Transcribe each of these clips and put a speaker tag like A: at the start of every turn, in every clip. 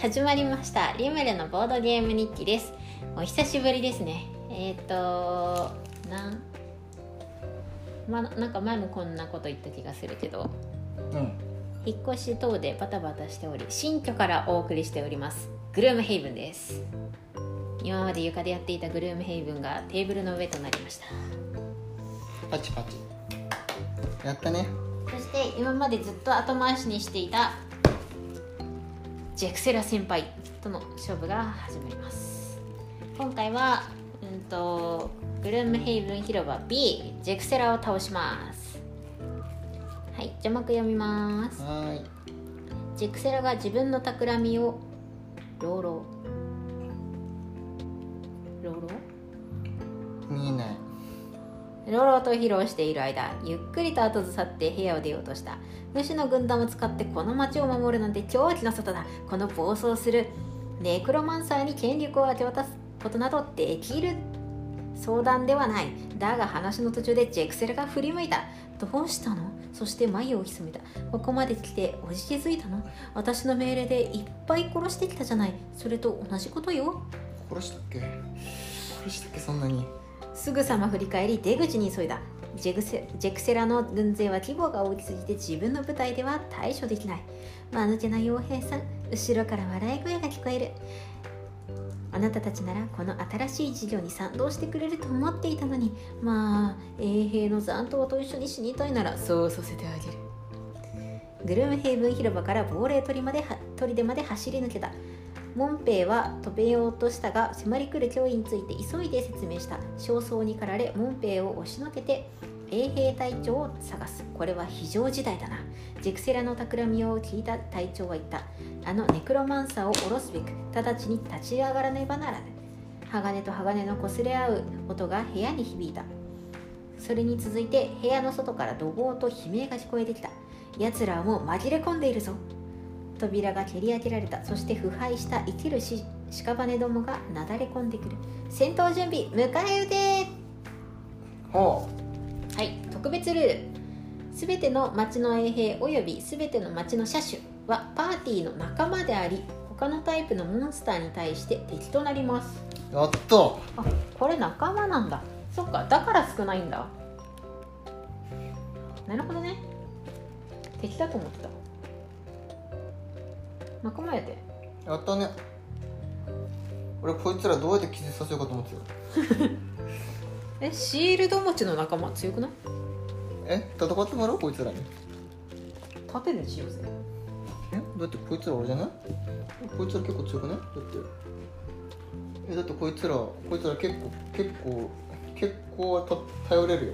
A: 始まりましたリムルのボードゲーム日記ですお久しぶりですねえっ、ー、となんまなんか前もこんなこと言った気がするけど
B: うん
A: 引っ越し等でバタバタしており新居からお送りしておりますグルームヘイブンです今まで床でやっていたグルームヘイブンがテーブルの上となりました
B: パチパチやったね
A: そして今までずっと後回しにしていたジェクセラ先輩との勝負が始まります今回は、うんとグルームヘイブン広場 B ジェクセラを倒しますはい字幕読みます
B: はーい
A: ジェクセラが自分の企みをローローローロ
B: 見えない
A: ーローローと披露している間ゆっくりと後ずさって部屋を出ようとした虫の軍団を使ってこの町を守るなんて狂気の沙汰だこの暴走するネクロマンサーに権力を明け渡すことなどできる相談ではないだが話の途中でジェクセルが振り向いたどうしたのそして眉を潜めたここまで来ておじけづいたの私の命令でいっぱい殺してきたじゃないそれと同じことよ
B: 殺したっけ殺したっけそんなに
A: すぐさま振り返り出口に急いだジェグセジェクセラの軍勢は規模が大きすぎて自分の部隊では対処できない間抜けな傭兵さん後ろから笑い声が聞こえるあなたたちならこの新しい事業に賛同してくれると思っていたのにまあ衛兵の残党と一緒に死にたいならそうさせてあげるグルームヘイブン広場から亡霊砦までは砦まで走り抜けたモンペイは飛べようとしたが迫り来る脅威について急いで説明した焦燥に駆られモンペイを押しのけて衛兵隊長を探すこれは非常事態だなジェクセラの企みを聞いた隊長は言ったあのネクロマンサーを下ろすべく直ちに立ち上がらねばならぬ鋼と鋼の擦れ合う音が部屋に響いたそれに続いて部屋の外から怒号と悲鳴が聞こえてきた奴らはもう紛れ込んでいるぞ扉が蹴り上げられたそして腐敗した生きるし屍どもがなだれ込んでくる戦闘準備迎え撃て
B: ほ
A: はい特別ルールすべての町の衛兵およびすべての町の車種はパーティーの仲間であり他のタイプのモンスターに対して敵となります
B: うやっと
A: あこれ仲間なんだそっかだから少ないんだなるほどね敵だと思ってた仲間やて
B: やったね俺こいつらどうやって気絶させようかと思ってた
A: えシールド持ちの仲間強くない
B: え戦ってもらおうこいつらに
A: 縦でしようぜ
B: えだってこいつら俺じゃないこいつら結構強くないだってえだってこいつらこいつら結構結構結構た頼れるよ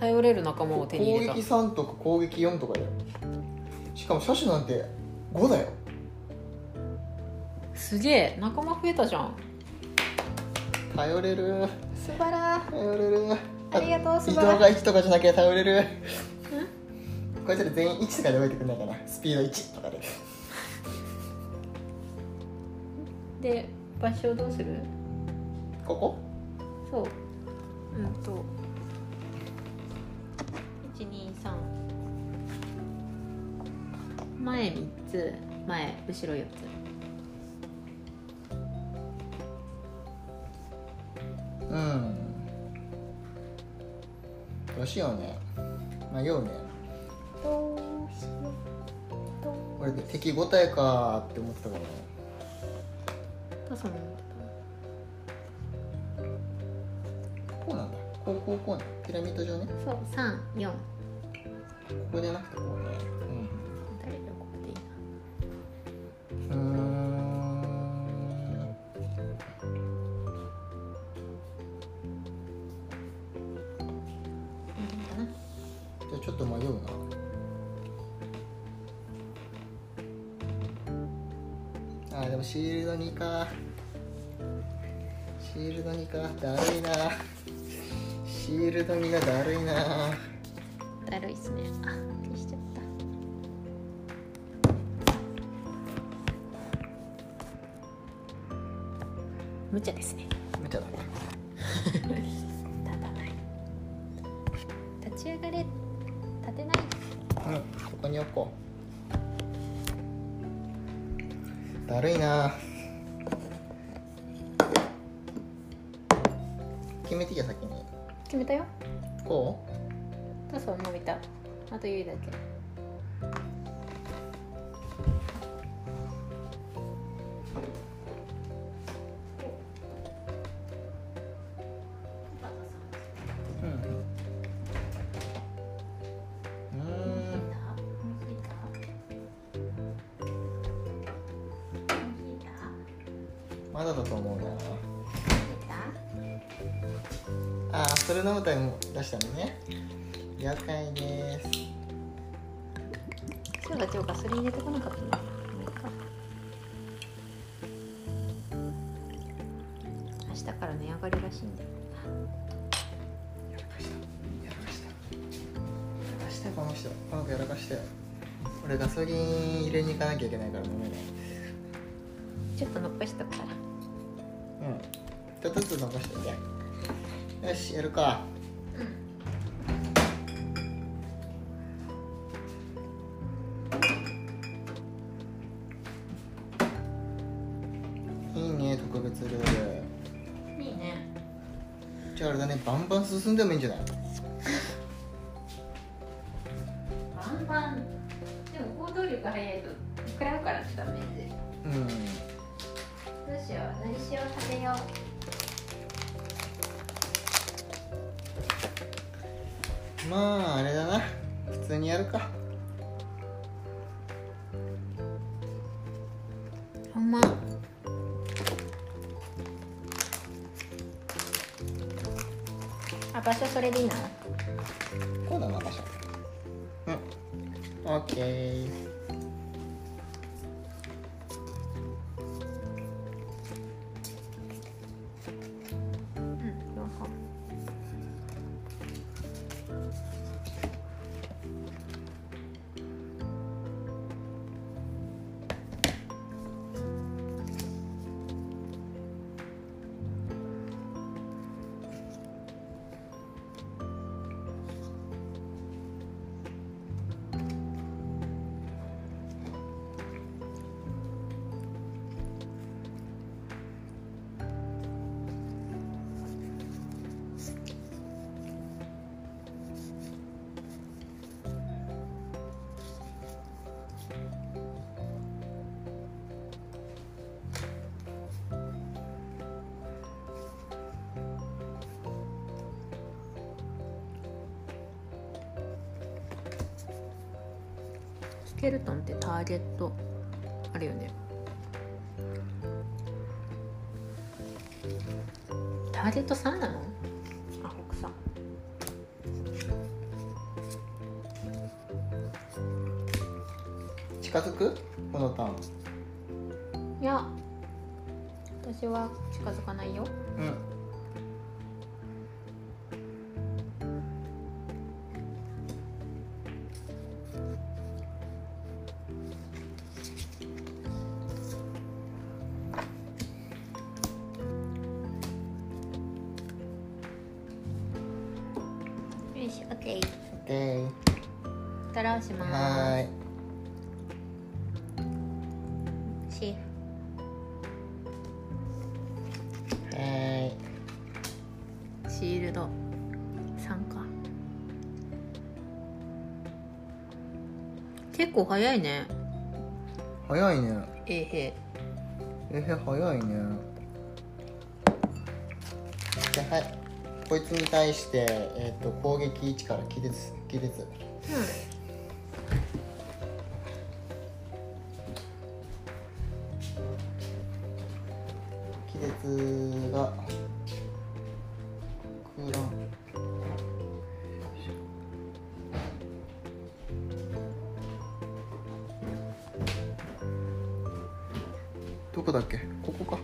A: 頼れる仲間を手に入れた
B: 攻撃3とか攻撃4とかだよしかも車種なんて5だよ
A: すげえ仲間増えたじゃん
B: 頼れる
A: 素晴ら
B: 頼れる
A: ありがとう素
B: 移
A: 晴
B: 動
A: ら
B: が1とかじゃなきゃ頼れるこいつら全員1とかで動いてくんないかなスピード1とかで
A: で場所どうする
B: ここ
A: そううんと123前3つ前後ろ4つ
B: うんどうしようね迷うね
A: どうしよ
B: 俺敵5体かーって思ってたから
A: うその
B: こうなんだこうこうこうねピラミッド上ね
A: そう34
B: ここじゃなくてこうねうん
A: 誰がここでいいな
B: うーん
A: いいかな
B: じゃあちょっと迷うなあーでもシールド2かシールド2かだるいなシールド2がだるいな
A: だるいっすねあ消しちゃった無茶ですね
B: 無茶だね
A: 立たない立ち上がれ立てない
B: うんここに置こうだるいな決めてじゃ先に
A: 決めたよ
B: こ
A: そうそうもう見たあとゆいだけ
B: ううんうーんまだだと思うなああそれ飲むために出したのね了解です
A: そうだそうかそれ入れてこなかったなもういいか明日から値上がりらしいんだよ
B: やらかしたやらかしたやらかしたよこの人この子やらかしたよ俺ガソリン入れに行かなきゃいけないから飲めない
A: ちょっと残しとくから
B: うんちょっとずつ残しておいてよしやるかいいね特別ルール
A: いいね
B: じゃああれだねバンバン進んでもいいんじゃない
A: バンバンでも行動力早いと食らうからダメで
B: うん
A: どうしよう何しよう食べよう
B: まああれだな普通にやるか
A: ほんまあ場所それでいいな
B: こうだな場所うんオッケー
A: うん両方スケルトンってターゲットあるよねターゲット3なのあ国産
B: 近づくこのターン
A: いや私は近づかないよ
B: うん
A: よし OK
B: オッケー
A: ドローします
B: はーい
A: シーフ
B: は
A: シールド参加結構早いね
B: ーい早いね
A: えへ
B: えへ早いねじゃあはいこいつに対して、えっと攻撃位置から亀裂亀裂亀裂が空欄どこだっけここか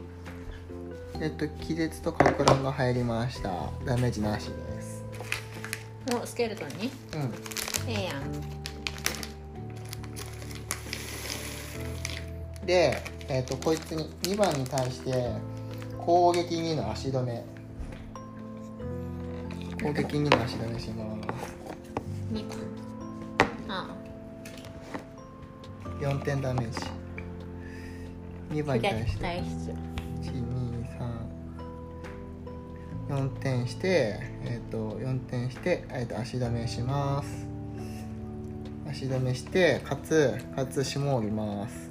B: えっと亀裂とか空欄が入りましたダメージなしです
A: うんおスケルトンに
B: うん
A: ええやん
B: で、えっとこいつに2番に対して攻撃2の足止め攻撃2の足止めします
A: 2番あ
B: 4点ダメージ2番に対して
A: 左室
B: 1234点してえっ、と4点して、えー、と足止めします足止めしてかつかつ下を降ります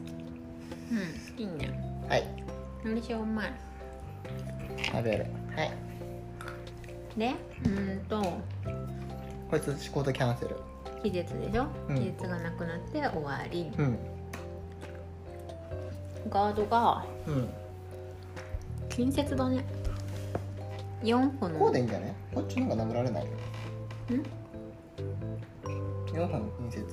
A: うん好きにな
B: はい
A: のりしょうまい
B: 食べるはい
A: でうーんと
B: こいつ仕事キャンセル
A: 期日でしょ
B: うん
A: 期日がなくなって終わり、
B: うん
A: ガードが
B: うん
A: 近接だね4歩
B: こ
A: の
B: うでいいんじゃないこっちの方が舐められない4本の近接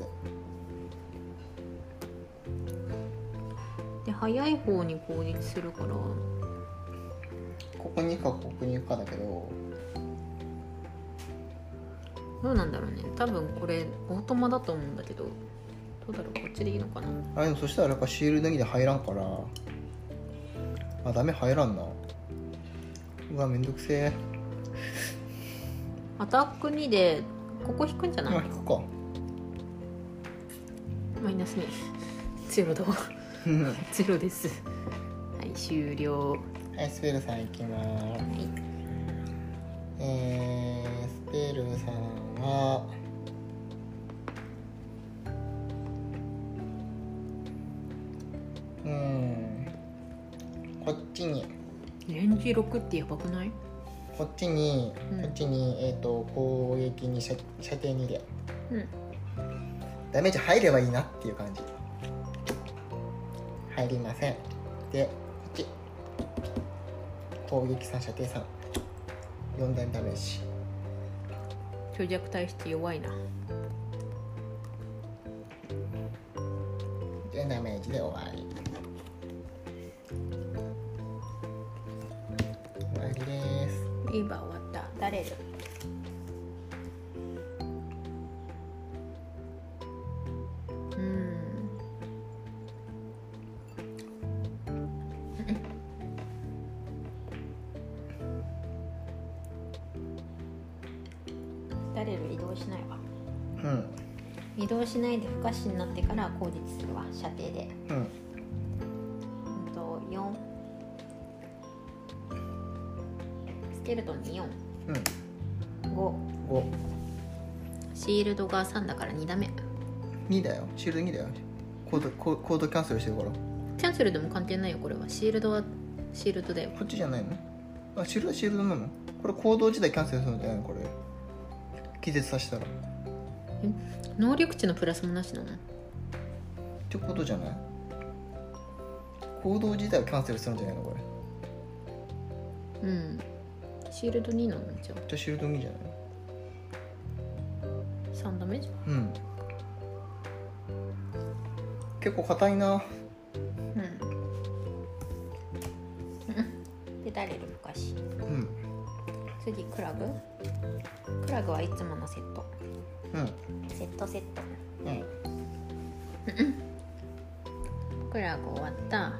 A: で早い方に攻撃するから
B: ここに行くかここに行くかだけど
A: どうなんだろうね多分これオートマだと思うんだけどどうだろうこっちでいいのかな
B: あでもそしたらやっぱシール脱ぎで入らんからあダメ入らんなうわめんどくせえ
A: アタック2でここ引くんじゃない、
B: 今引くか
A: マイナス2ゼロだわ
B: うんは
A: ゼロですはい終了
B: いスペルさんいきまーす
A: はい
B: えー、スペルさんはうんこっちに
A: レンジ6ってやばくない
B: こっちに、
A: うん
B: こっちにえっ、と攻撃に射射程にで
A: うん
B: ダメージ入ればいいなっていう感じ入りませんでこっち攻撃3射程34段ダメージ
A: 虚弱体質弱いな
B: でダメージで終わり終わりです
A: 今終わった誰だうん誰る移動しないわ
B: うん
A: 移動しないで不可視になってから攻撃するわ射程で
B: うん
A: うんと4スケルトンに
B: うん
A: 45
B: 52
A: シールドが3だから2ダメ
B: だよシールド2だよコードココードキャンセルしてるから
A: キャンセルでも関係ないよこれはシールドはシールドだよ
B: こっちじゃないのあシールドはシールドなのこれ行動自体キャンセルするんじゃないのこれ気絶させたらっ
A: 能力値のプラスもなしなの
B: てことじゃない行動自体をキャンセルするんじゃないのこれ
A: うんシールド2なのじゃ
B: じゃあシールド2じゃない
A: あ3ダメじゃん
B: うん結構硬いな
A: うんで誰より昔
B: うん
A: 次クラブクラブはいつものセット
B: うん
A: セットセット
B: うん
A: クラブ終わった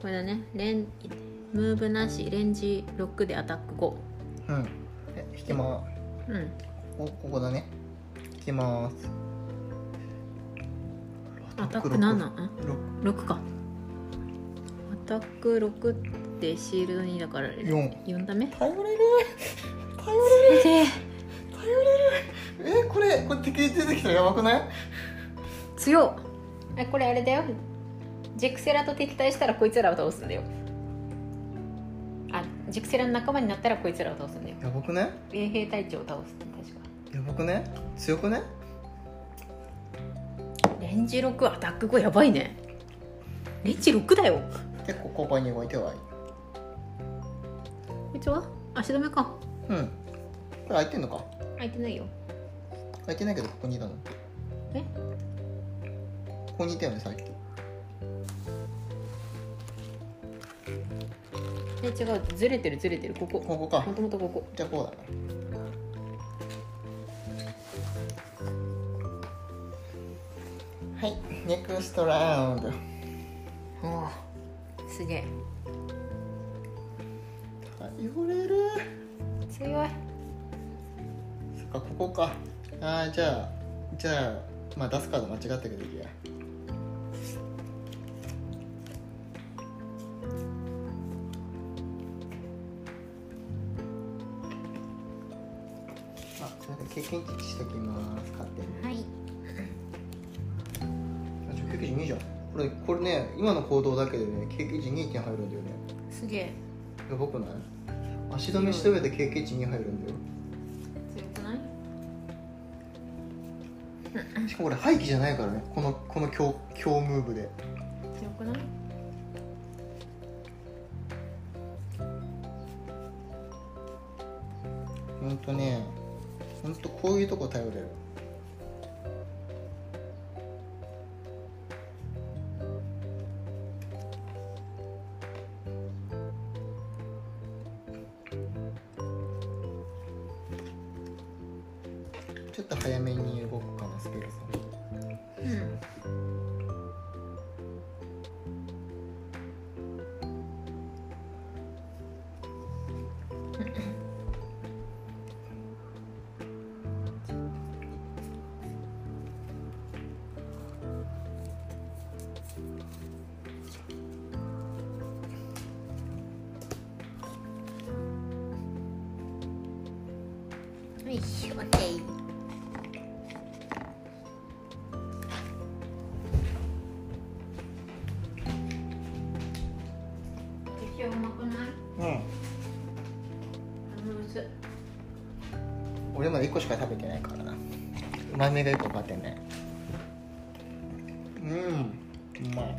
A: これだねレンムーブなしレンジ6でアタック5
B: うんえ引きま
A: うん
B: こここだね引きます
A: アタック
B: 六
A: 7ん
B: 六
A: 6かアタック6ってシールド2だから
B: 四
A: 4ダメ
B: 頼れる頼
A: で
B: れるえこれこれ敵出てきたらやばくない
A: 強っこれあれだよジェクセラと敵対したらこいつらを倒すんだよあジェクセラの仲間になったらこいつらを倒すんだよ
B: やばくない
A: 衛兵隊長を倒すんだ確か
B: やばくね強くね
A: レンジ6アタック5やばいねレンジ6だよ
B: 結構交換に動いてはいい
A: こいつは足止めか
B: うんこれ開いてんのか
A: 開いてないよ
B: 開いてないけどここにいたの
A: え
B: ここにいたよねさっき
A: え違うずれてるずれてるここ
B: ここか
A: もともとここ
B: じゃあこうだねはいネクストラウンド
A: おーすげえ
B: 頼れる
A: 強い
B: そっかここかあーじゃあじゃあまあ出すカード間違ったけどいいや験値しときます勝手に
A: はい
B: あじゃあ経験値2じゃんこれこれね今の行動だけでね経験値2点入るんだよね
A: すげえ
B: やばくない足止めした上で経験値2入るんだ
A: 強くない
B: よしかもこれ廃棄じゃないからねこのこの強強ムーブで
A: 強くない
B: ほんとねほんとこういうとこ頼れるちょっと早めに動くかなスペルさん
A: うんよいしょ、オッケー。今日うまくない。
B: うん
A: あの薄い。
B: 俺まだ1個しか食べてないからなうまみが1個勝てないうんうまい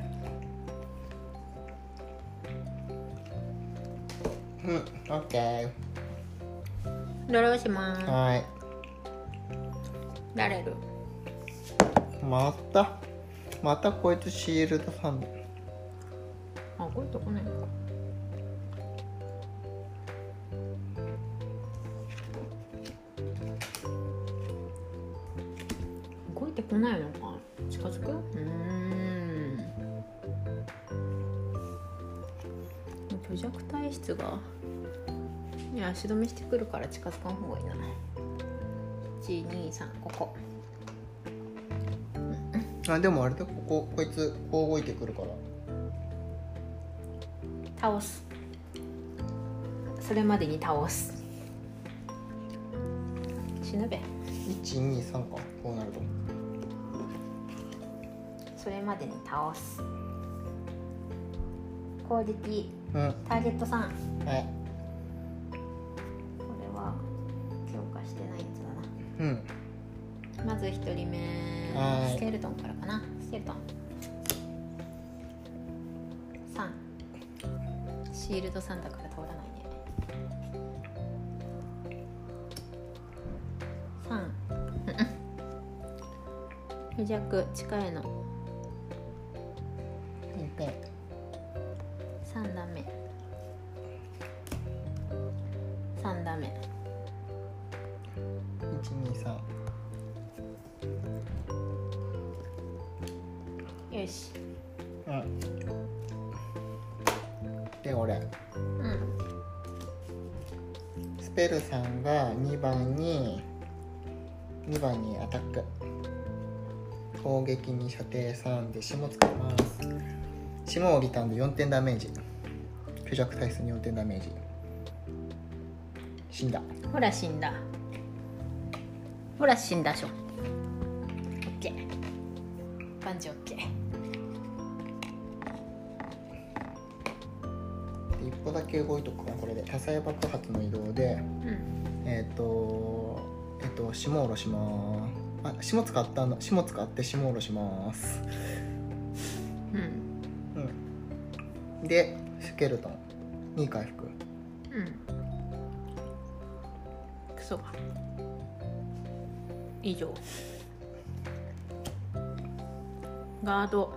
B: うんオッケー
A: どうします。
B: はい
A: られる。
B: またまたこいつシールドさん
A: あ、こういうとこないのか。動いてこないのか。近づく。うーん。虚弱体質が。いや、足止めしてくるから、近づかん方がいいな。一二三、ここ。
B: あでもあれだこここいつこう動いてくるから
A: 倒す。それまでに倒す。しのべ。
B: 123かこうなると
A: それまでに倒す攻撃
B: うんは
A: ターゲットさん
B: い
A: これは強化してないやつ
B: うん
A: だなまず一人目
B: はい
A: スケルトンからかなスケルトン3シールド3だから通らないね3不弱近いの
B: いっぺん
A: 3段目3段目
B: 123
A: よし
B: うんで俺
A: うん
B: スペルさんが2番に2番にアタック攻撃に射程3で霜使います霜を降りたんで4点ダメージ虚弱体質に4点ダメージ死んだ
A: ほら死んだほら死んだしょオッケーバンジーオッケー
B: で一歩だけ動いとくかなこれで多彩爆発の移動で
A: うん
B: えっ、とえっ、と霜を下ろしますあ霜使ったの霜使って霜を下ろします
A: うん
B: うんでスケルトン2回復
A: うんクソが以上ガード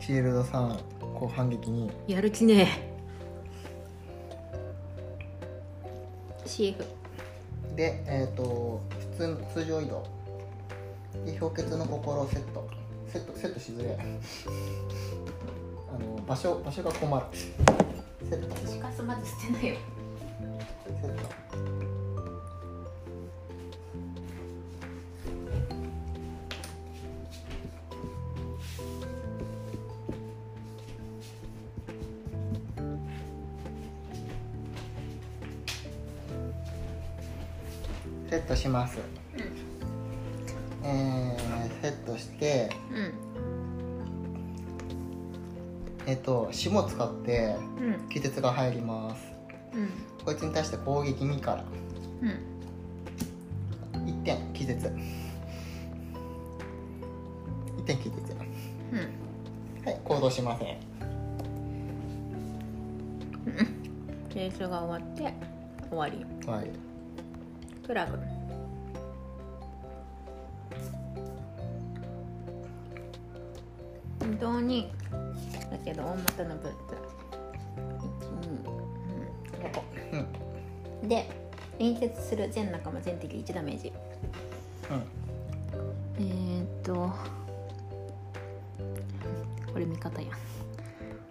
B: シールド3こう反撃に
A: やる気ねえ CF
B: でえっ、と普通の通常移動で氷結の心をセットセットセットしづれえあの場所場所が困るセットセ
A: 寿司かすまず捨てないよ
B: ットセットします
A: うん
B: えー、セットして
A: うん
B: えっと霜使って
A: うん
B: 気絶が入ります
A: うん
B: こいつに対して攻撃2から
A: うん
B: 1点気絶1点気絶
A: うん
B: はい行動しません
A: レースが終わって終わり
B: はい
A: プラグ本当にだけど大股のブーツ
B: うんうん
A: 1 2で隣接する全仲間全敵1ダメージえー、っとこれ味方や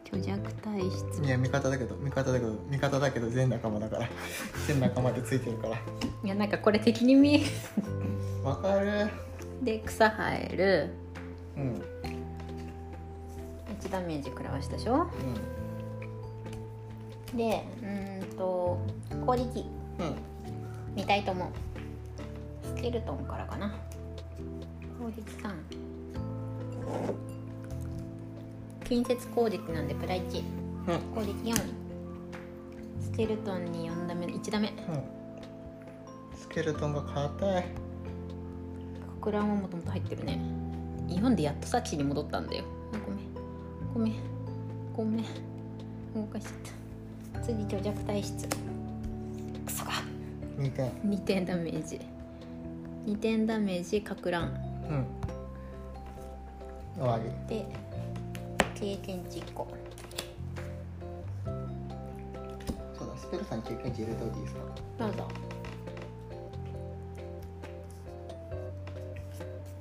A: 虚弱体質
B: いや味方だけど味方だけど味方だけど全仲間だから 全仲間でついてるから
A: いやなんかこれ敵に見える
B: わかる
A: で草生える
B: うんうん
A: 1ダメージ食らわしたでしょでうーんと攻撃
B: うん
A: 2体ともスケルトンからかな攻撃3近接攻撃なんでプラ1
B: うん
A: 攻撃4スケルトンに4ダメ1ダメ
B: うんスケルトンが硬い
A: 国乱はもともと入ってるね日本でやっとさっきに戻ったんだよあごめんごめんごめん動かしちゃった次虚弱体質クソが
B: 2点
A: 2点ダメージ2点ダメージかく乱
B: うん終わり
A: で経験値1個
B: そうだスペルさん経験値入れといていいですか
A: どうぞオ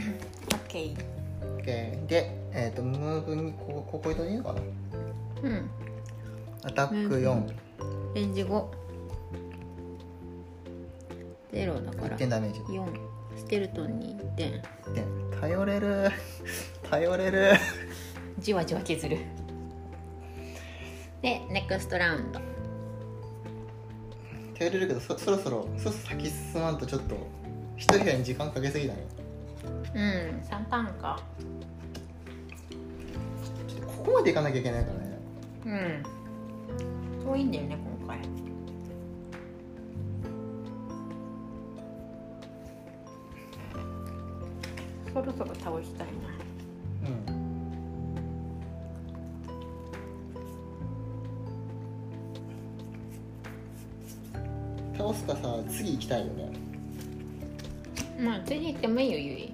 A: ッケー
B: OK でえっ、とムーブにここここ入れといていいのかな
A: うん
B: アタック
A: ムー
B: 41
A: レンジ5ゼロだから
B: 点ダメージ
A: 4スケルトンに1点
B: 1点頼れる 頼れる
A: じわじわ削るでネクストラウンド
B: 頼れるけどそそろそろそろそろ先進まんとちょっと一部屋に時間かけすぎだね
A: うん3ターンか
B: ちょっとここまで行かなきゃいけないからね
A: うん遠いんだよね今回そろそろ倒したいな
B: うん倒すかさ次行きたいよね
A: まあ次行ってもいいよゆい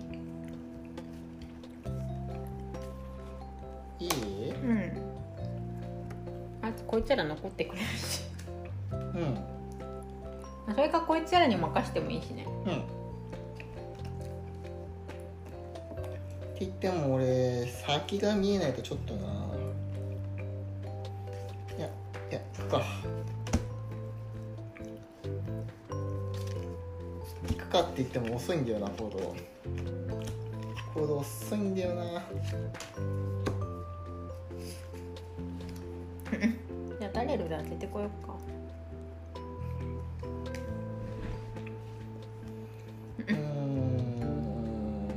B: いい
A: うんあこいつら残ってくれるし
B: うん
A: それかこいつらに任してもいいしね
B: うんって言っても俺先が見えないとちょっとないやいや行くか行くかって言っても遅いんだよな行動行動遅いんだよな
A: じゃあ誰ルで当ててこようか
B: うーん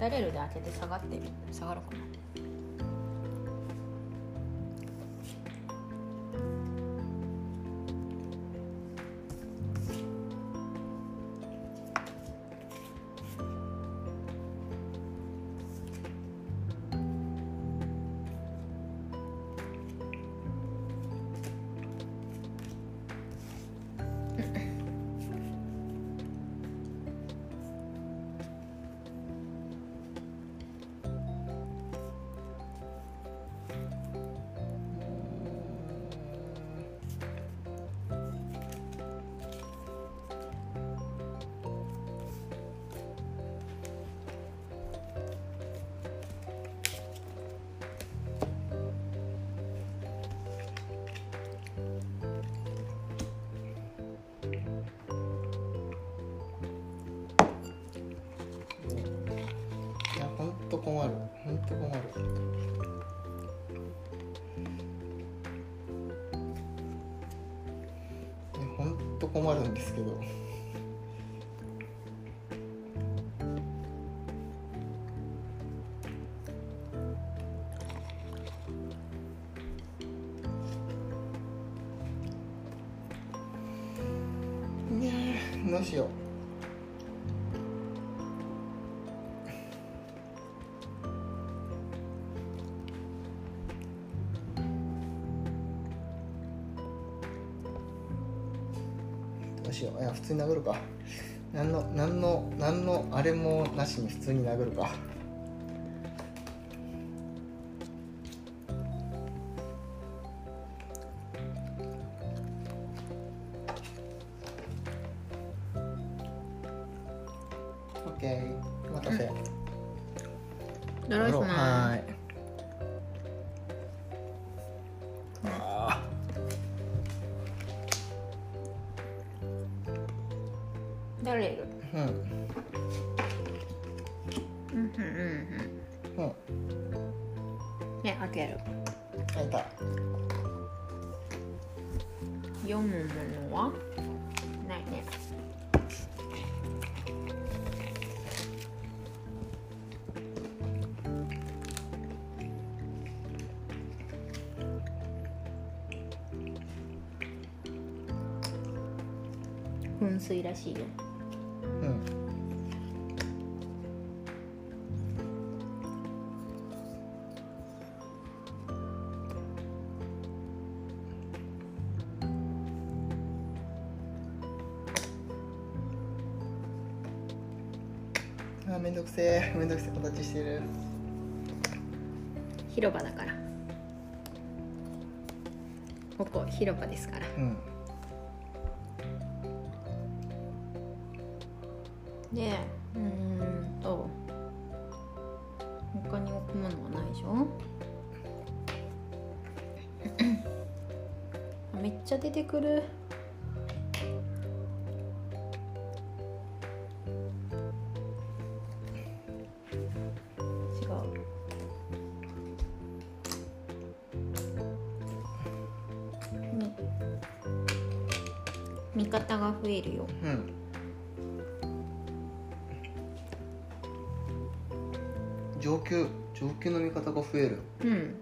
A: 誰ルで当てて下がってる下がろうかな
B: いやほんと困るほんと困るいやほんと困るんですけどどうしようどうしよういや普通に殴るか何の何の何のあれもなしに普通に殴るかオッケーお待たせ、
A: ドローしま
B: は
A: す
B: いあ
A: 誰いる
B: ーうん
A: うんうんうん
B: う
A: う
B: ん
A: んね開ける
B: あいた
A: 読むものはないね噴水らしいよ
B: うんあーめんどくせえめんどくせえ形してる
A: 広場だからここ広場ですから
B: うん
A: でうーんと他に置くものはないでしょめっちゃ出てくる違うみ味方が増えるよ
B: うん上級上級の見方が増える
A: うん。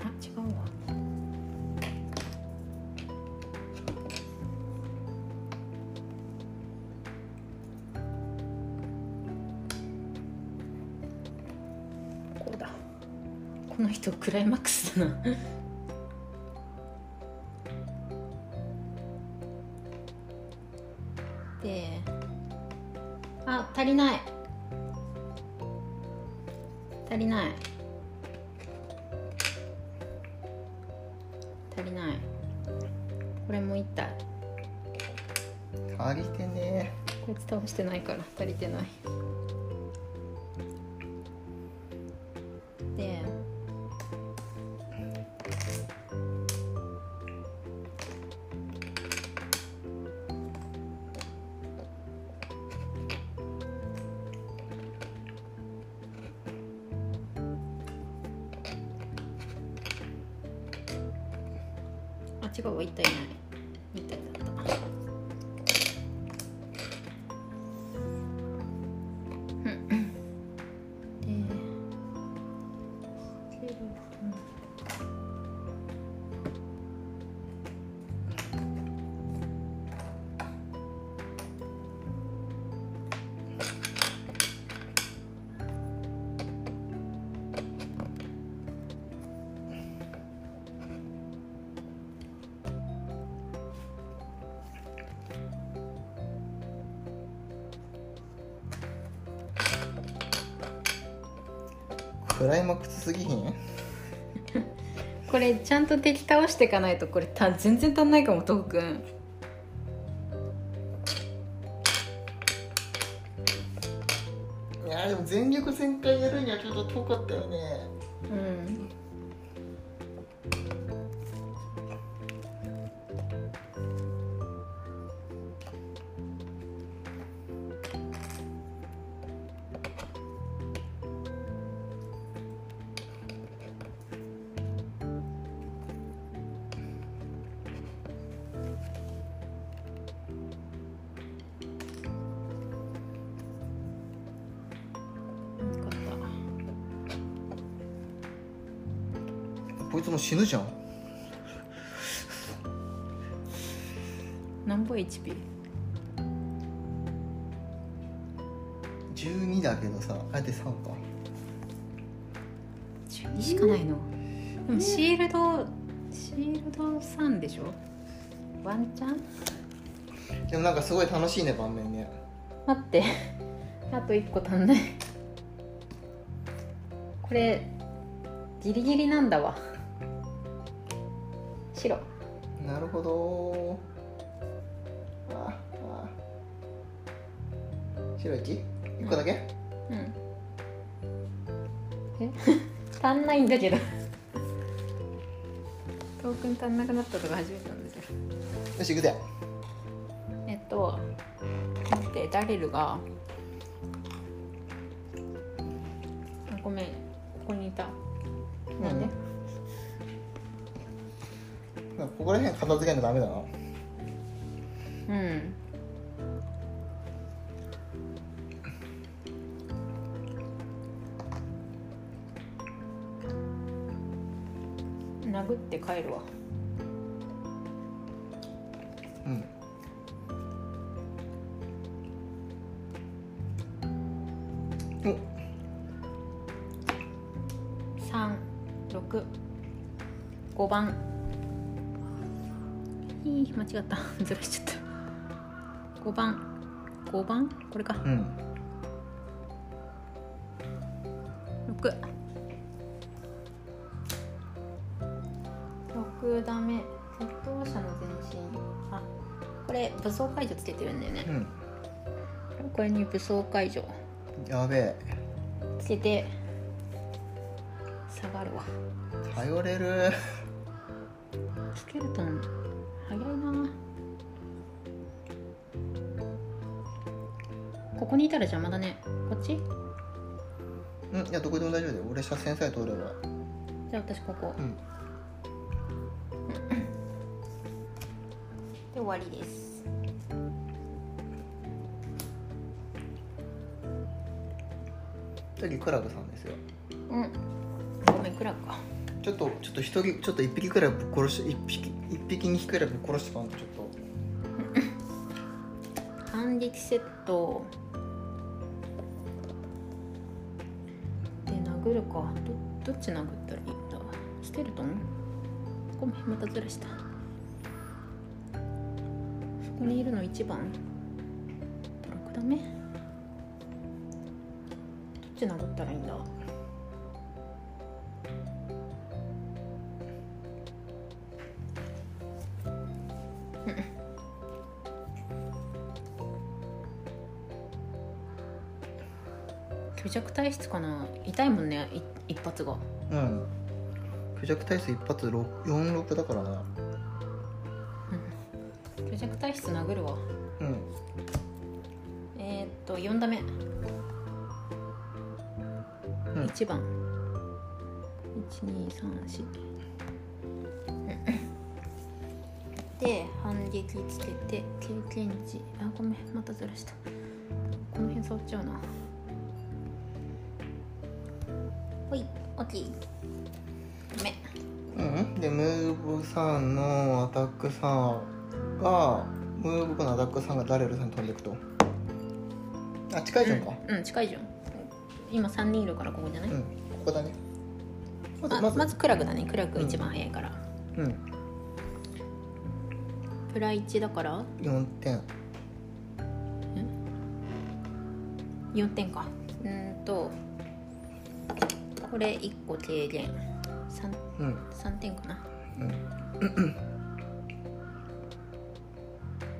A: あ、違うわ。こうだこの人クライマックスだな であ足りない足りない足りないこれも一体
B: 足りてね
A: こいつ倒してないから足りてないであ違うわ一体いない一体だったで
B: クライマックスすぎひん
A: これちゃんと敵倒していかないとこれた全然足んないかもトくん
B: いやでも全力全開やるにはちょっと遠かったよね
A: うん
B: こいつもう死ぬじゃん
A: なんぼ HP?
B: 12だけどさあえて3か
A: 12しかないのでもシールドシールド3でしょワンチャン
B: でもなんかすごい楽しいね盤面ね
A: 待って あと1個足んないこれギリギリなんだわ白
B: なるほどああ白い木1個だけ、
A: うんえ 足んないんだけど トークン足んなくなったとか初めてなんですよ
B: よし行くぜ
A: えっと待ってダリルがあごめんここにいたなんで、
B: なんかここら辺片付けんとダメだな
A: うん殴って帰るわ
B: うん
A: 365番いい間違った ずらしちゃった5番5番これか
B: うん
A: 六。六ダメ。窃盗者の前進。あ、これ武装解除つけてるんだよね。
B: う
A: これに武装解除
B: んやべえ
A: つけて下がるわ。
B: 頼れる
A: スケルトン早いな。ここにいたら邪魔だね。こっち？
B: うんいやどこでも大丈夫だよ俺車線さえ通れば
A: じゃあ私ここ。
B: うん
A: で終わりです。
B: 次クラブさんですよ
A: うん。ごめんクラブか。
B: ちょっとちょっと一人ちょっと一匹くらいぶっ殺し一匹一匹二匹くらいぶっ殺してかんとちょっと
A: 反撃セットで殴るかどどっち殴ったらいいんだスケルトンごめんまたずらしたそこにいるの1番6だめどっち殴ったらいいんだ虚弱体質かな痛いもんねい一発が
B: うん虚弱体質一発六四六だからな
A: 虚弱体質殴るわ
B: うん
A: えー、っと4打目、
B: ん
A: 1番1234で反撃つけて経験値あごめんまたずらしたこの辺触っちゃうなほいオッケーダメ
B: うんでムーブさんのアタックさんがムーブのアタックさんがダレルさんに飛んでいくとあ近いじゃんか
A: うん近いじゃん今3人いるからここじゃない、
B: うん、ここだねまず
A: あ
B: ま
A: ま
B: ず
A: ずクラグだねクラグ一番早いから、
B: うん
A: プラ1だから
B: 四点
A: 4点かうーんとこれ1個軽減 3,
B: うん
A: 3点かな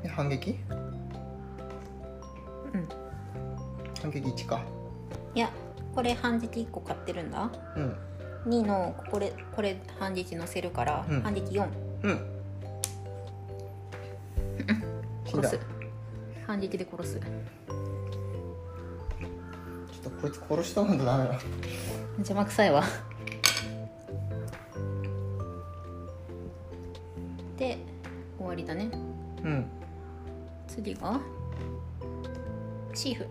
B: で反撃
A: うん
B: 反撃一か
A: いやこれ半日1個買ってるんだ
B: うん
A: 2のこれこれ半日乗せるから、
B: うん
A: 半日4
B: うん死んだ
A: 殺
B: ち
A: す
B: ょ
A: 半日で殺す
B: っとこいつ殺したもんとダメだ
A: 邪魔くさいわで終わりだね
B: うん
A: 次がチーフ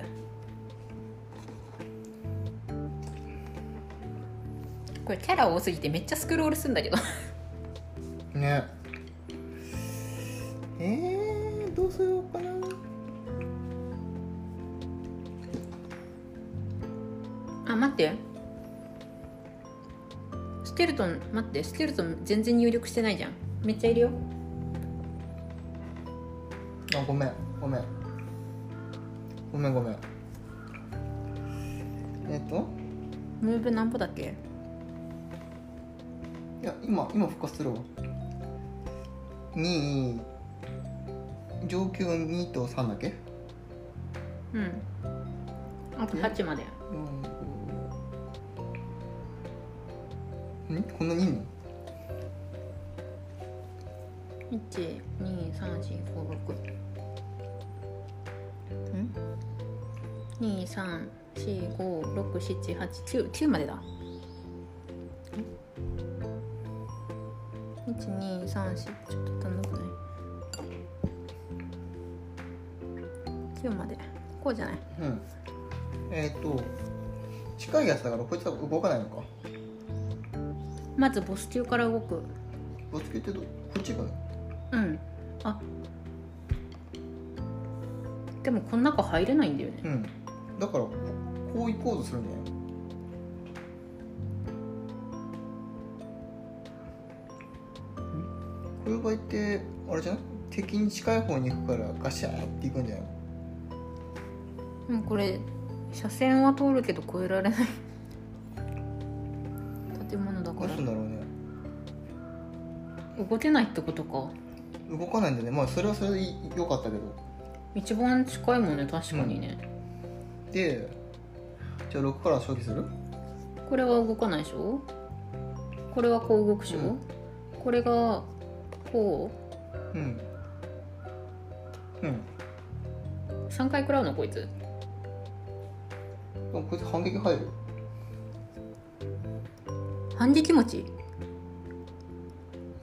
A: これキャラ多すぎてめっちゃスクロールするんだけど
B: ねえー、どうしようかな
A: あ待ってスケルトン待ってスケルトン全然入力してないじゃんめっちゃいるよ
B: あごめんごめんごめんごめんえっと
A: ムーブなんぼだっけ
B: いや今今復活するわ2上級2と3だっけ
A: うんあと8まで
B: んこんなにいいの
A: 12345ん2345678 9までだ1234ちょっと足んなくない9までこうじゃない
B: うんえっ、と近いやつだからこいつは動かないのか
A: まずボス級から動く
B: ぶつけてどこっち行くの
A: うんあでもこの中入れないんだよね
B: うんだからここういうポーズするんだよこういう場合ってあれじゃない敵に近い方に行くからガシャーって行くんじゃない
A: うんこれ車線は通るけど越えられない建物だ
B: ど
A: か
B: うするん
A: ら
B: だろうね
A: 動けないってことか
B: 動かないんだねまあそれはそれで良かったけど
A: 一番近いもんね確かにね、
B: でじゃあ6から消費する
A: これは動かないでしょこれはこう動くでしょ、
B: うん
A: これがこ
B: うんうん
A: う3回食らうのこいつ
B: でもこいつ反撃入る
A: 反撃持ち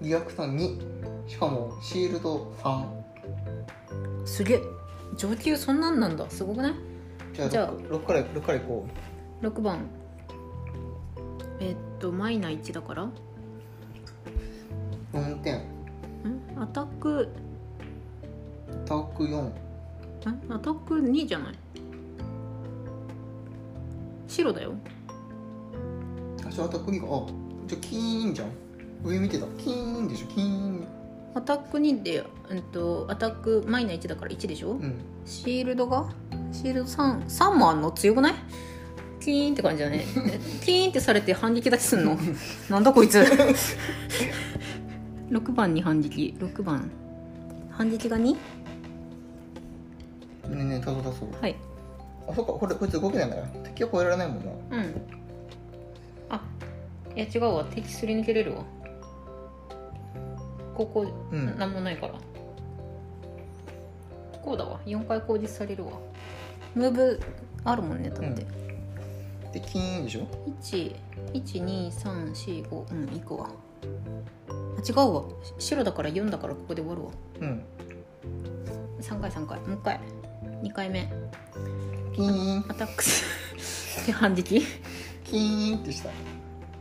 B: リアクター2しかもシールド3
A: すげえ上級そんなんなんだすごくない
B: じゃあ
A: じゃあ
B: 6, から6からいこ
A: 6番えっとマイナ1だからん
B: う4点
A: アタック
B: タック4
A: んアタック2じゃない白だよ
B: あじゃあタック2かあじゃあキーンじゃん上見てたキーンでしょキーン
A: アタック2で、うん、とアタックマイナ1だから1でしょ、
B: うん
A: シールドがシールド 3, 3もあんの強くないキーンって感じじゃ ないキーンってされて反撃だけすん のなんだこ いつ6番に反撃6番反撃が 2?
B: ねえねえ足そう足そう
A: はい
B: あそっかこれこいつ動けないんだよ敵は超えられないもんな
A: うんあいや違うわ敵すり抜けれるわここ、
B: うん
A: なんもないからこうだわ4回攻撃されるわムーブあるもんねだって、
B: でキーンでしょ
A: 12345うん行くわあ違うわし白だから4だからここで終わるわ
B: うん
A: 3回3回もう1回2回目
B: キーン
A: アタックス で反撃
B: キーンってした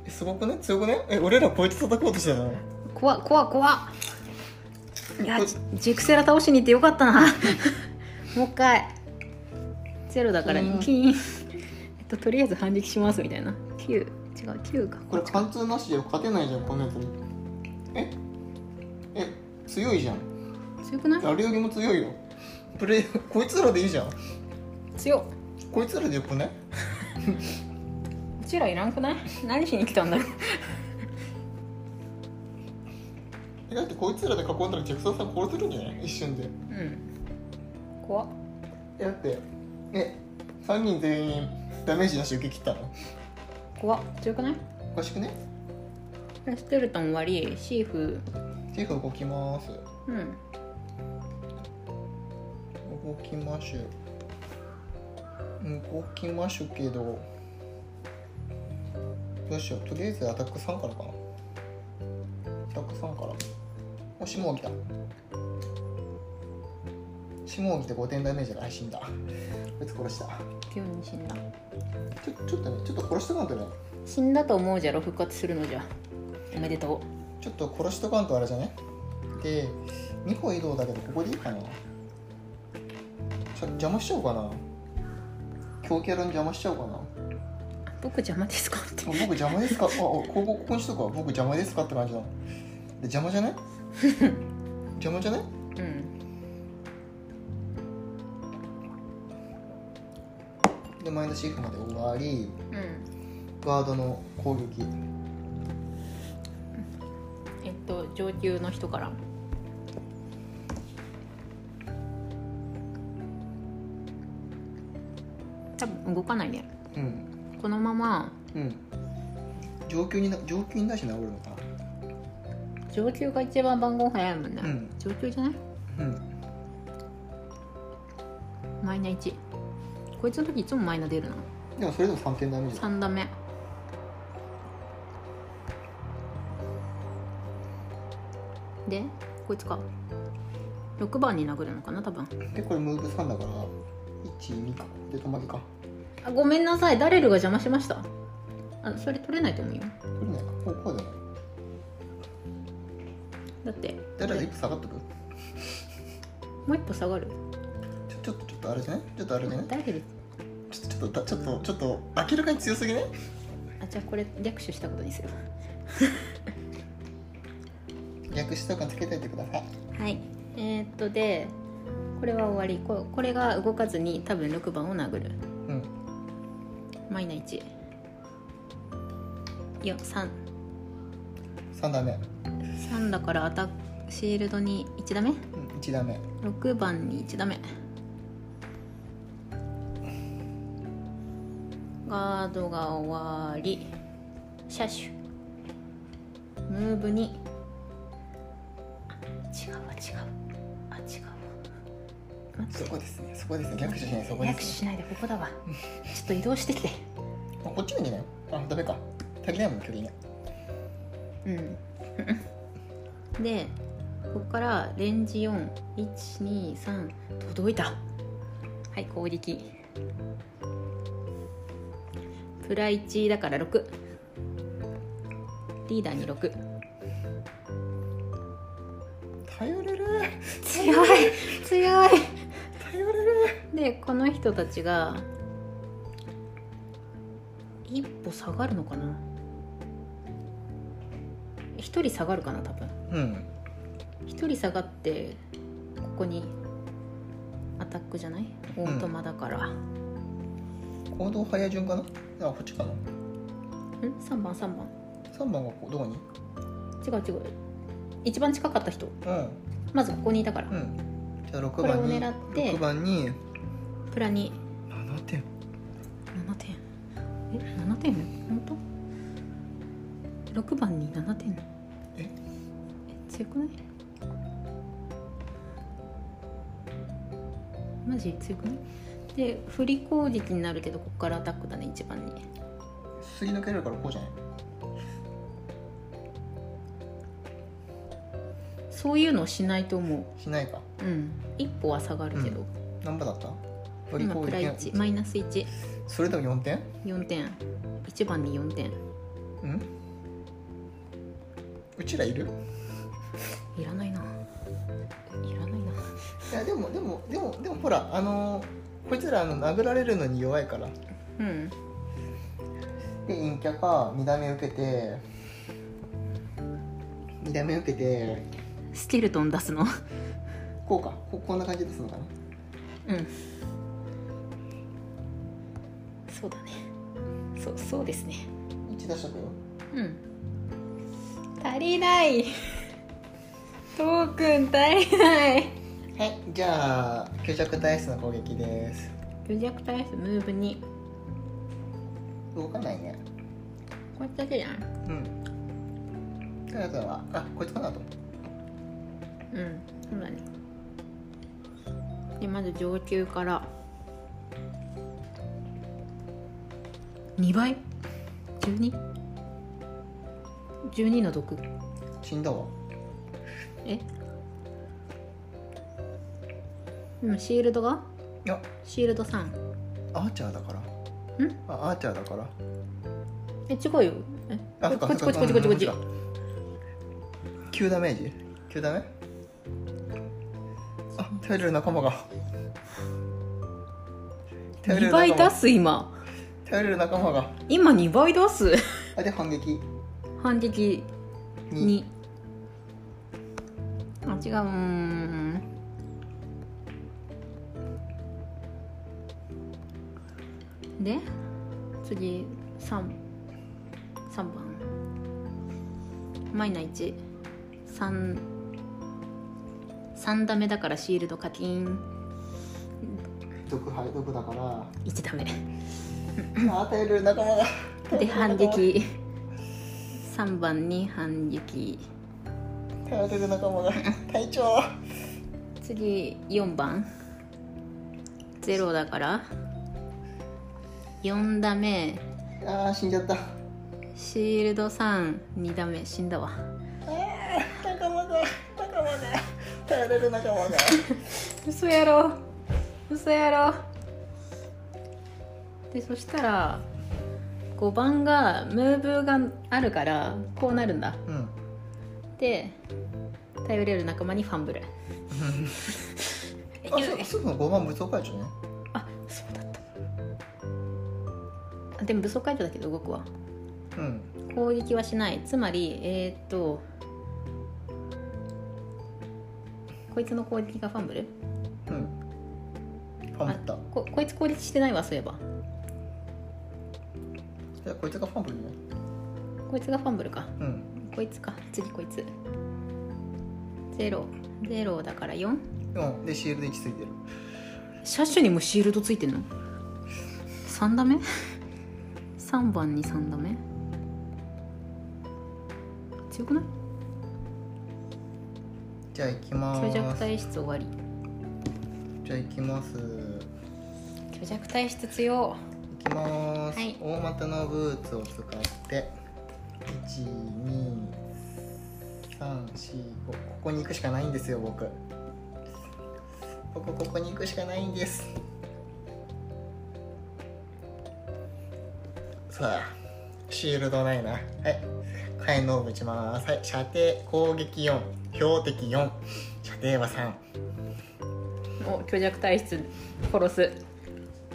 B: えすごくね強くねえ俺らこいつ叩こうとしたじゃない
A: 怖っ怖っ怖っいやジジェクセラ倒しに行ってよかった なもう一回ゼロだから
B: うん
A: キーンえっととりあえず反撃しますみたいな9違う9か
B: これ貫通なしで勝てないじゃんこのやつにええ強いじゃん
A: 強くない
B: あれよりも強いよプレイこいつらでいいじゃん
A: 強っ
B: こいつらでよくないう
A: ちらいらんくない何しに来たんだろう
B: えだってこいつらで囲んだらジェクソンさん殺せるんじゃない一瞬で
A: うん怖っ
B: えだってえ3人全員ダメージなし受け切ったの
A: 怖っ強くない
B: おかしくね
A: ステルトン終わりシーフ
B: シェフ動きます
A: うん
B: 動きましゅ動きましゅけどどうしようとりあえずアタック3からかなアタック3からおしもう来たしもう来て5点ダメージが配信だこいつ殺した
A: ピョンに死んだ
B: ちょちょっとねちょっと殺したかったね
A: 死んだと思うじゃろ復活するのじゃおめでと
B: ちょっと殺しとかんとあれじゃねで2歩移動だけどここでいいかなちょ邪魔しちゃおうかな強キャラに邪魔しちゃおうかな
A: う僕邪魔ですかって
B: あ僕邪魔ですかああここここにしとくわ僕邪魔ですかって感じなので邪魔じゃない邪魔じゃない
A: うん
B: でマイナスシーフまで終わり
A: うん
B: ガードの攻撃
A: えっと上級の人から多分動かないね
B: うん
A: このまま
B: うん上級にな上級にだしな俺のか
A: 上級が一番番号早いもんね、
B: うん
A: 上級じゃない
B: うん
A: マイナ1こいつの時いつもマイナ出るな
B: でもそれでも3点ダメージだ
A: 3打目でこいつか6番に殴るのかな多分
B: でこれムーブ3だから12かで止まりか
A: あごめんなさいダレルが邪魔しましたあそれ取れないと思うよ
B: 取れないかこうこうだよね
A: だって
B: だから一歩下がっとく
A: もう一歩下がる
B: ちょちょっとちょっとあれじゃないちょっとあれじゃない
A: ダレル
B: ちょちょっとちょっとちょっと明らかに強すぎね
A: あじゃあこれ略取したことにする
B: 略しとかつけといてください
A: はいえー、っとでこれは終わりここれが動かずに多分6番を殴る
B: うん
A: マイナ1いや33
B: 3打目、うん、
A: だからアタックシールドに1打目
B: 1打目
A: 6番に1打目ガードが終わりシャッシュムーブにあ違うわ違うあ違うわ待
B: そ
A: って
B: こですねそこですね略しないそこで
A: 早く
B: すね
A: しないでここだわちょっと移動してきて
B: あこっちもいいんじゃないあダメか足りないもん距離ね
A: うん でここからレンジ4123届いたはい攻撃プラ1だから6リーダーに6
B: 頼れる
A: 強い強い でこの人たちが一歩下がるのかな一人下がるかな多分
B: うん
A: 一人下がってここにアタックじゃないオートマだから、ん
B: 行動早い順かなあこっちかな
A: 3番3番
B: 3番がこうどこに
A: 違う違う一番近かった人
B: うん
A: まずここにいたから、
B: うんじゃあ6
A: これ
B: 番
A: を
B: に
A: 狙って
B: 6番に
A: プラに
B: 7点
A: 7点え7点本当6番に7点
B: え
A: え強くないマジ強くないで振り攻撃になるけどここからアタックだね一番に
B: すり抜けれるからこうじゃない
A: そういうのをしないと思
B: しないか
A: ううん一歩は下がるけど、
B: 何番だった振り
A: 今
B: 攻
A: プラ
B: 撃
A: 1マイナス14
B: それでも4点
A: 点1番に4点
B: うんうちらいる
A: いらないないらないない
B: やでもでもでもでもほらあのーこいつらあの殴られるのに弱いから
A: うん
B: で陰キャか2打目受けて2打目受けて
A: スケルトン出すの
B: こうかここんな感じですのかな
A: うんそうだねそうそうですね
B: 1出しとくよ
A: うん足りないトークン足りない
B: はいじゃあ虚弱ダイスの攻撃です
A: 虚弱体質ム ーブに
B: 動かないね
A: これだけじゃん
B: うんであとはあこいつかなと
A: うんそうだねでまず上級から2倍 12?12 の毒
B: 死んだわ
A: え今シールドが
B: いや
A: シールド3
B: アーチャーだから
A: ん
B: あアーチャーだから
A: え違うよえ
B: あそっか
A: こっち
B: そっか
A: こっちこっちこっち
B: うん9ダメージ9ダメあ頼れる仲間が頼れ
A: 2
B: る仲
A: 倍出
B: 間
A: す今
B: 頼れる仲間が
A: 今2倍出す
B: あで反撃
A: 反撃
B: に
A: にあ違ううーんで次三三番マイナ1三三ダメだからシールド課金
B: 毒敗毒だか
A: 1ダメ
B: らあ頼れる仲間が
A: で反撃3番に反撃
B: 頼れる仲間が隊長
A: 次4番ゼロだから4ダメ
B: あー死んじゃった
A: シールド32ダメ死んだわ
B: 仲間が仲間が頼れる仲間が
A: 嘘やろ嘘やろでそしたら5番がムーブーがあるからこうなるんだ
B: うん
A: で頼れる仲間にファンブル
B: あすすぐ5番武装解除ね
A: あそうだったあでも武装解除だけど動くわ
B: うん
A: 攻撃はしないつまりえーっとこいつの攻撃がファンブル
B: うんファンブった
A: ここいつ攻撃してないわそういえば
B: じゃこいつがファンブルね
A: こいつがファンブルか
B: うん
A: こいつか次こいつ0ゼロだから4
B: うんでシールド1ついてる
A: 車種にもシールドついてんの3ダメ ?3 番に3ダメ強くない
B: じゃあ行きま
A: 虚弱
B: ーす
A: 体質終わり
B: じゃあ行きます
A: 虚弱体質強
B: 行きまーす、
A: はい
B: 大股のブーツを使って12345ここに行くしかないんですよ僕ここここに行くしかないんですさあシールドないなはい火炎のをぶちまーすはい射程攻撃4標的4射程は
A: お虚弱体質殺す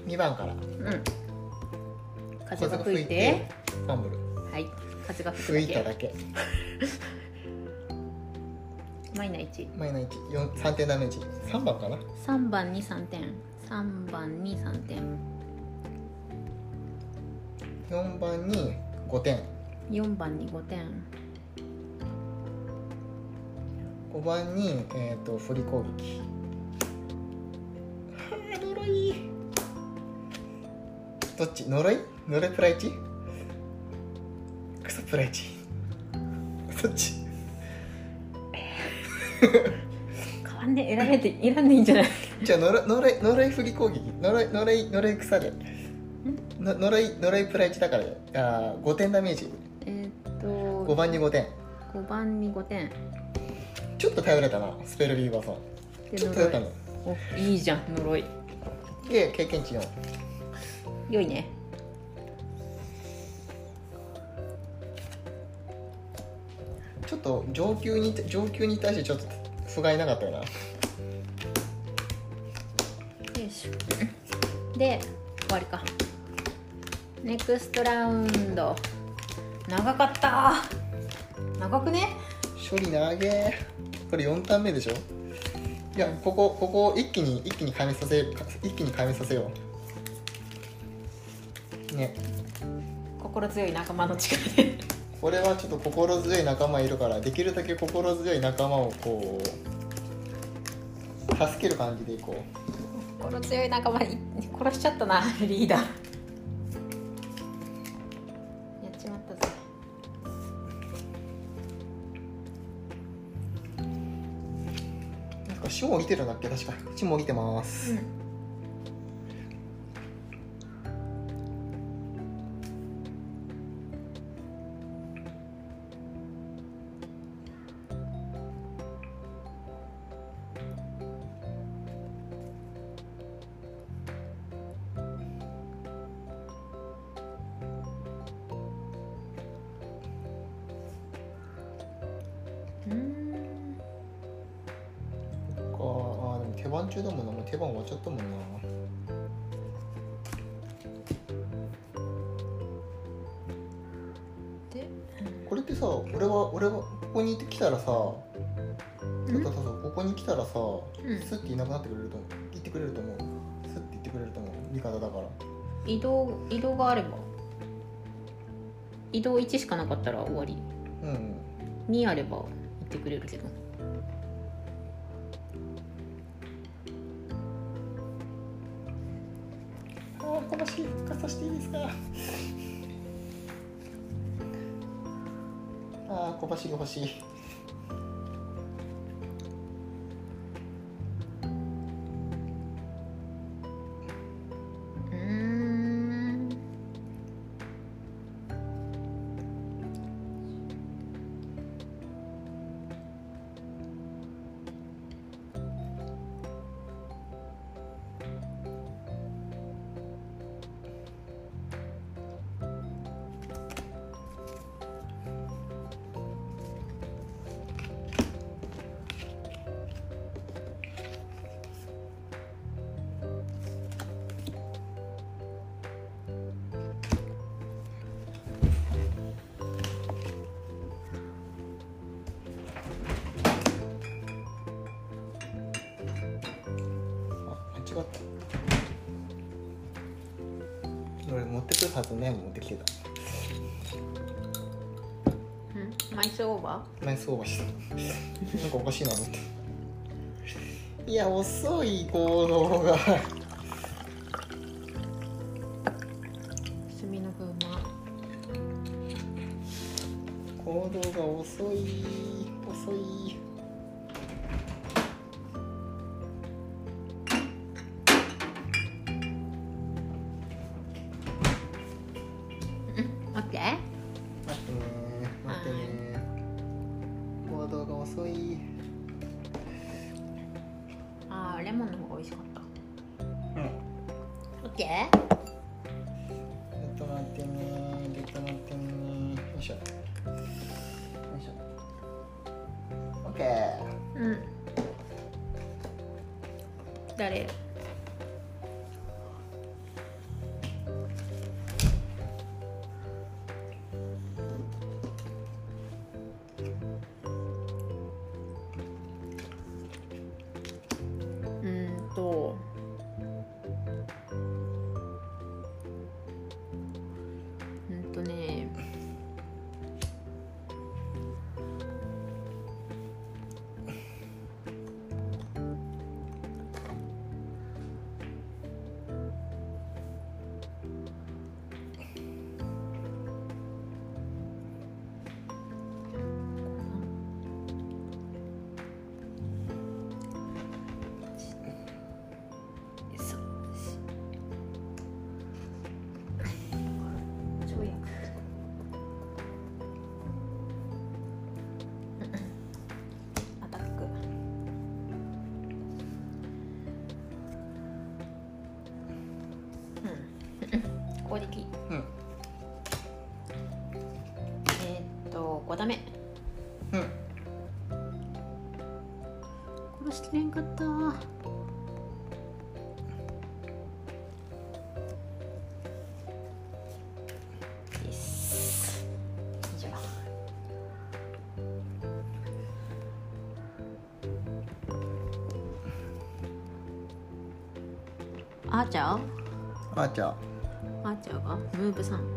B: 32番から
A: うん風が吹いて
B: ファンブル
A: はい風が
B: 吹
A: 吹
B: い
A: く
B: た
A: だ
B: だ
A: け
B: け
A: マイナ1
B: マイナ1 4 3点ダメージ3番かな
A: 3番に3点3番に3点
B: 4番に5点
A: 4番に5点
B: 5番に、えー、と振り攻撃はあ呪いどっち呪い呪いプライチクソプライチどっち
A: 変わんねえいらねえっていらねえんじゃな い
B: じゃあ呪い呪い呪い振り攻撃呪い呪い呪い草での呪い呪いプライチだからよあ5点ダメージ
A: えーっ
B: 5
A: と
B: 番に5点
A: 5番に5点
B: ちょっと頼れたなスペルビーバーさん
A: で
B: ちょっと頼
A: 呪
B: れた
A: い
B: の
A: おいいじゃん呪い
B: で経験値4
A: 良いね
B: ちょっと上級に上級に対してちょっと不甲斐なかったよな
A: よいしょで終わりかネクストラウンド長かった長くね
B: 処理長えこれ4ターン目でしょいやここここを一気に一気に加めさせか一気に加めさせようね
A: 心強い仲間の力で
B: これはちょっと心強い仲間いるからできるだけ心強い仲間をこう助ける感じでいこ
A: 心強い仲間に 殺しちゃったなリーダーやっちまったぜ
B: うなんか霜降りてるんだっけ確か霜降りてます、
A: う
B: 手番中だもんなもう手番終わっちゃったもんな
A: で
B: これってさ俺は俺はここに来たらさだからさここに来たらさ
A: うん
B: スッていなくなってくれると思う行ってくれると思うスッて行ってくれると思う味方だから
A: 移動移動があれば移動1しかなかったら終わり
B: うん
A: 2あれば行ってくれるけど
B: あーこのシー復活させていいですか あー小橋が欲しい
A: うん
B: あ間違った俺持ってくるはずないもん持ってきてた
A: マイスオーバ
B: ナイスオーバーしたなんかおかしいなと思っていや遅い行動が
A: ー炭の風磨
B: 行動が遅い遅い
A: うんオッケー
B: 待ってね待ってね行動が遅い
A: あーレモンの方が美味しかったオッケ
B: ちょっと待ってねちょっと待ってねよいしょよいしょオッケー
A: ーうん誰うーんとうんとねそう
C: 跳躍
A: アタックうん攻撃
B: うん
A: えーっと5打目
B: うん
A: 殺しきれんかったです以上あーちゃん
B: あーちゃん
A: あーちゃんがムーブさんム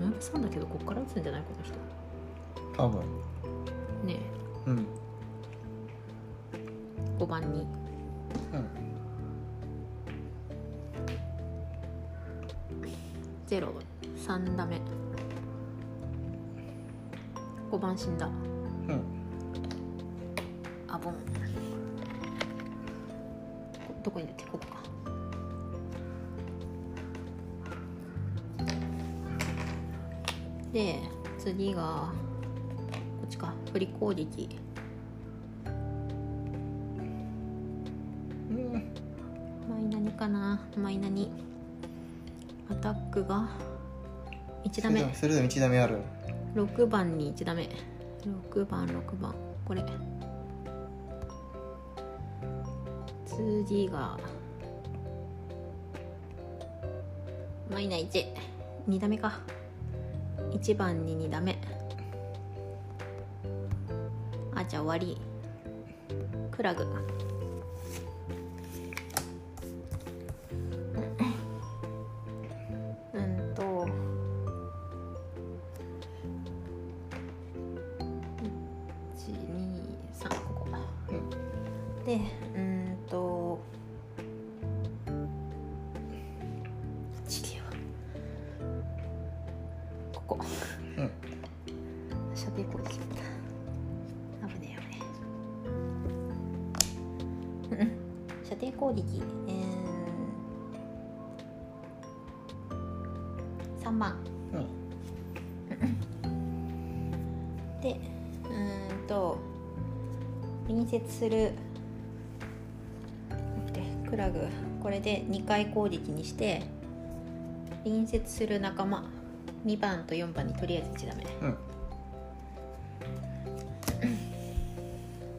A: ーブさんだけどこっから打つんじゃないこの人
B: 多分
A: ね
B: うんうん
A: え5番にゼロ三打目五番死んだ
B: うん
A: あボンこどこに出てここかで次がこっちか振り攻撃
B: うん
A: マイナニかなマイナニアタックが1打目
B: それでも1ダメある
A: 6番に1打目6番6番これ 2D がマイナ12ダメか1番に2ダメあじゃあ終わりクラグうんと123ここでうーんと地理はここ
B: うん
A: 射程攻撃だった危ねえ危ねえ射程攻撃えー、3番
B: うん
A: でうーんと隣接する待ってクラグこれで2回攻撃にして隣接する仲間2番と4番にとりあえず1ダメ
B: うん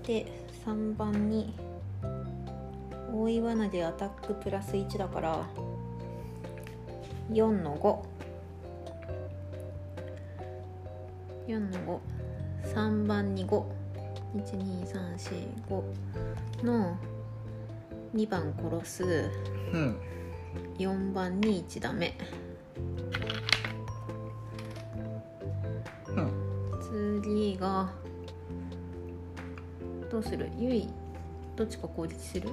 A: で3番に大岩罠でアタックプラス1だから4の54の53番に5123455の2番殺す
B: うん
A: 4番に1ダメ
B: うん
A: 次がどうするゆいどっちか攻撃する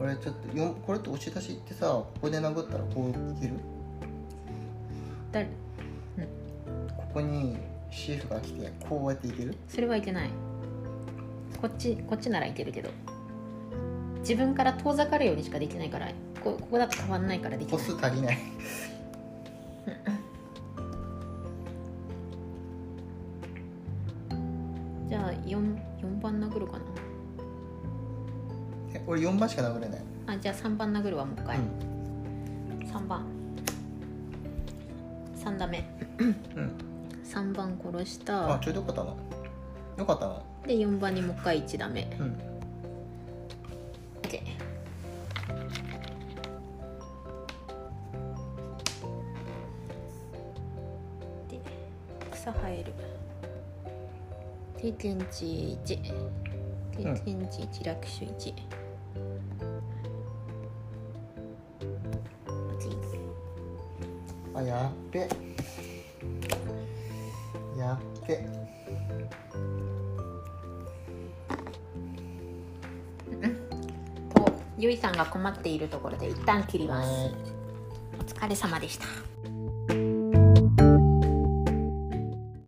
B: 俺ちょっとよんこれって押し出しってさここで殴ったらこういける
A: 誰
B: ここにシェフが来てこうやっていける
A: それはいけないこっちこっちならいけるけど自分から遠ざかるようにしかできないからこここだと変わんないからでき
B: 個
A: ない
B: 数足りない
A: じゃあ 4, 4番殴るか
B: え俺4番しか殴れない、
A: なあじゃあ3番殴るわもう一回、3番3ダメ
B: うんうん
A: 3番殺し
B: あ
A: た
B: ちょうどよかったなよかったな
A: で4番にもう一回1ダメ
B: うん
A: OK で草生える定点値1定点値1楽手1、
B: あやっべやっべ
A: とゆいさんが困っているところで一旦切ります
B: は
A: お疲れ様でした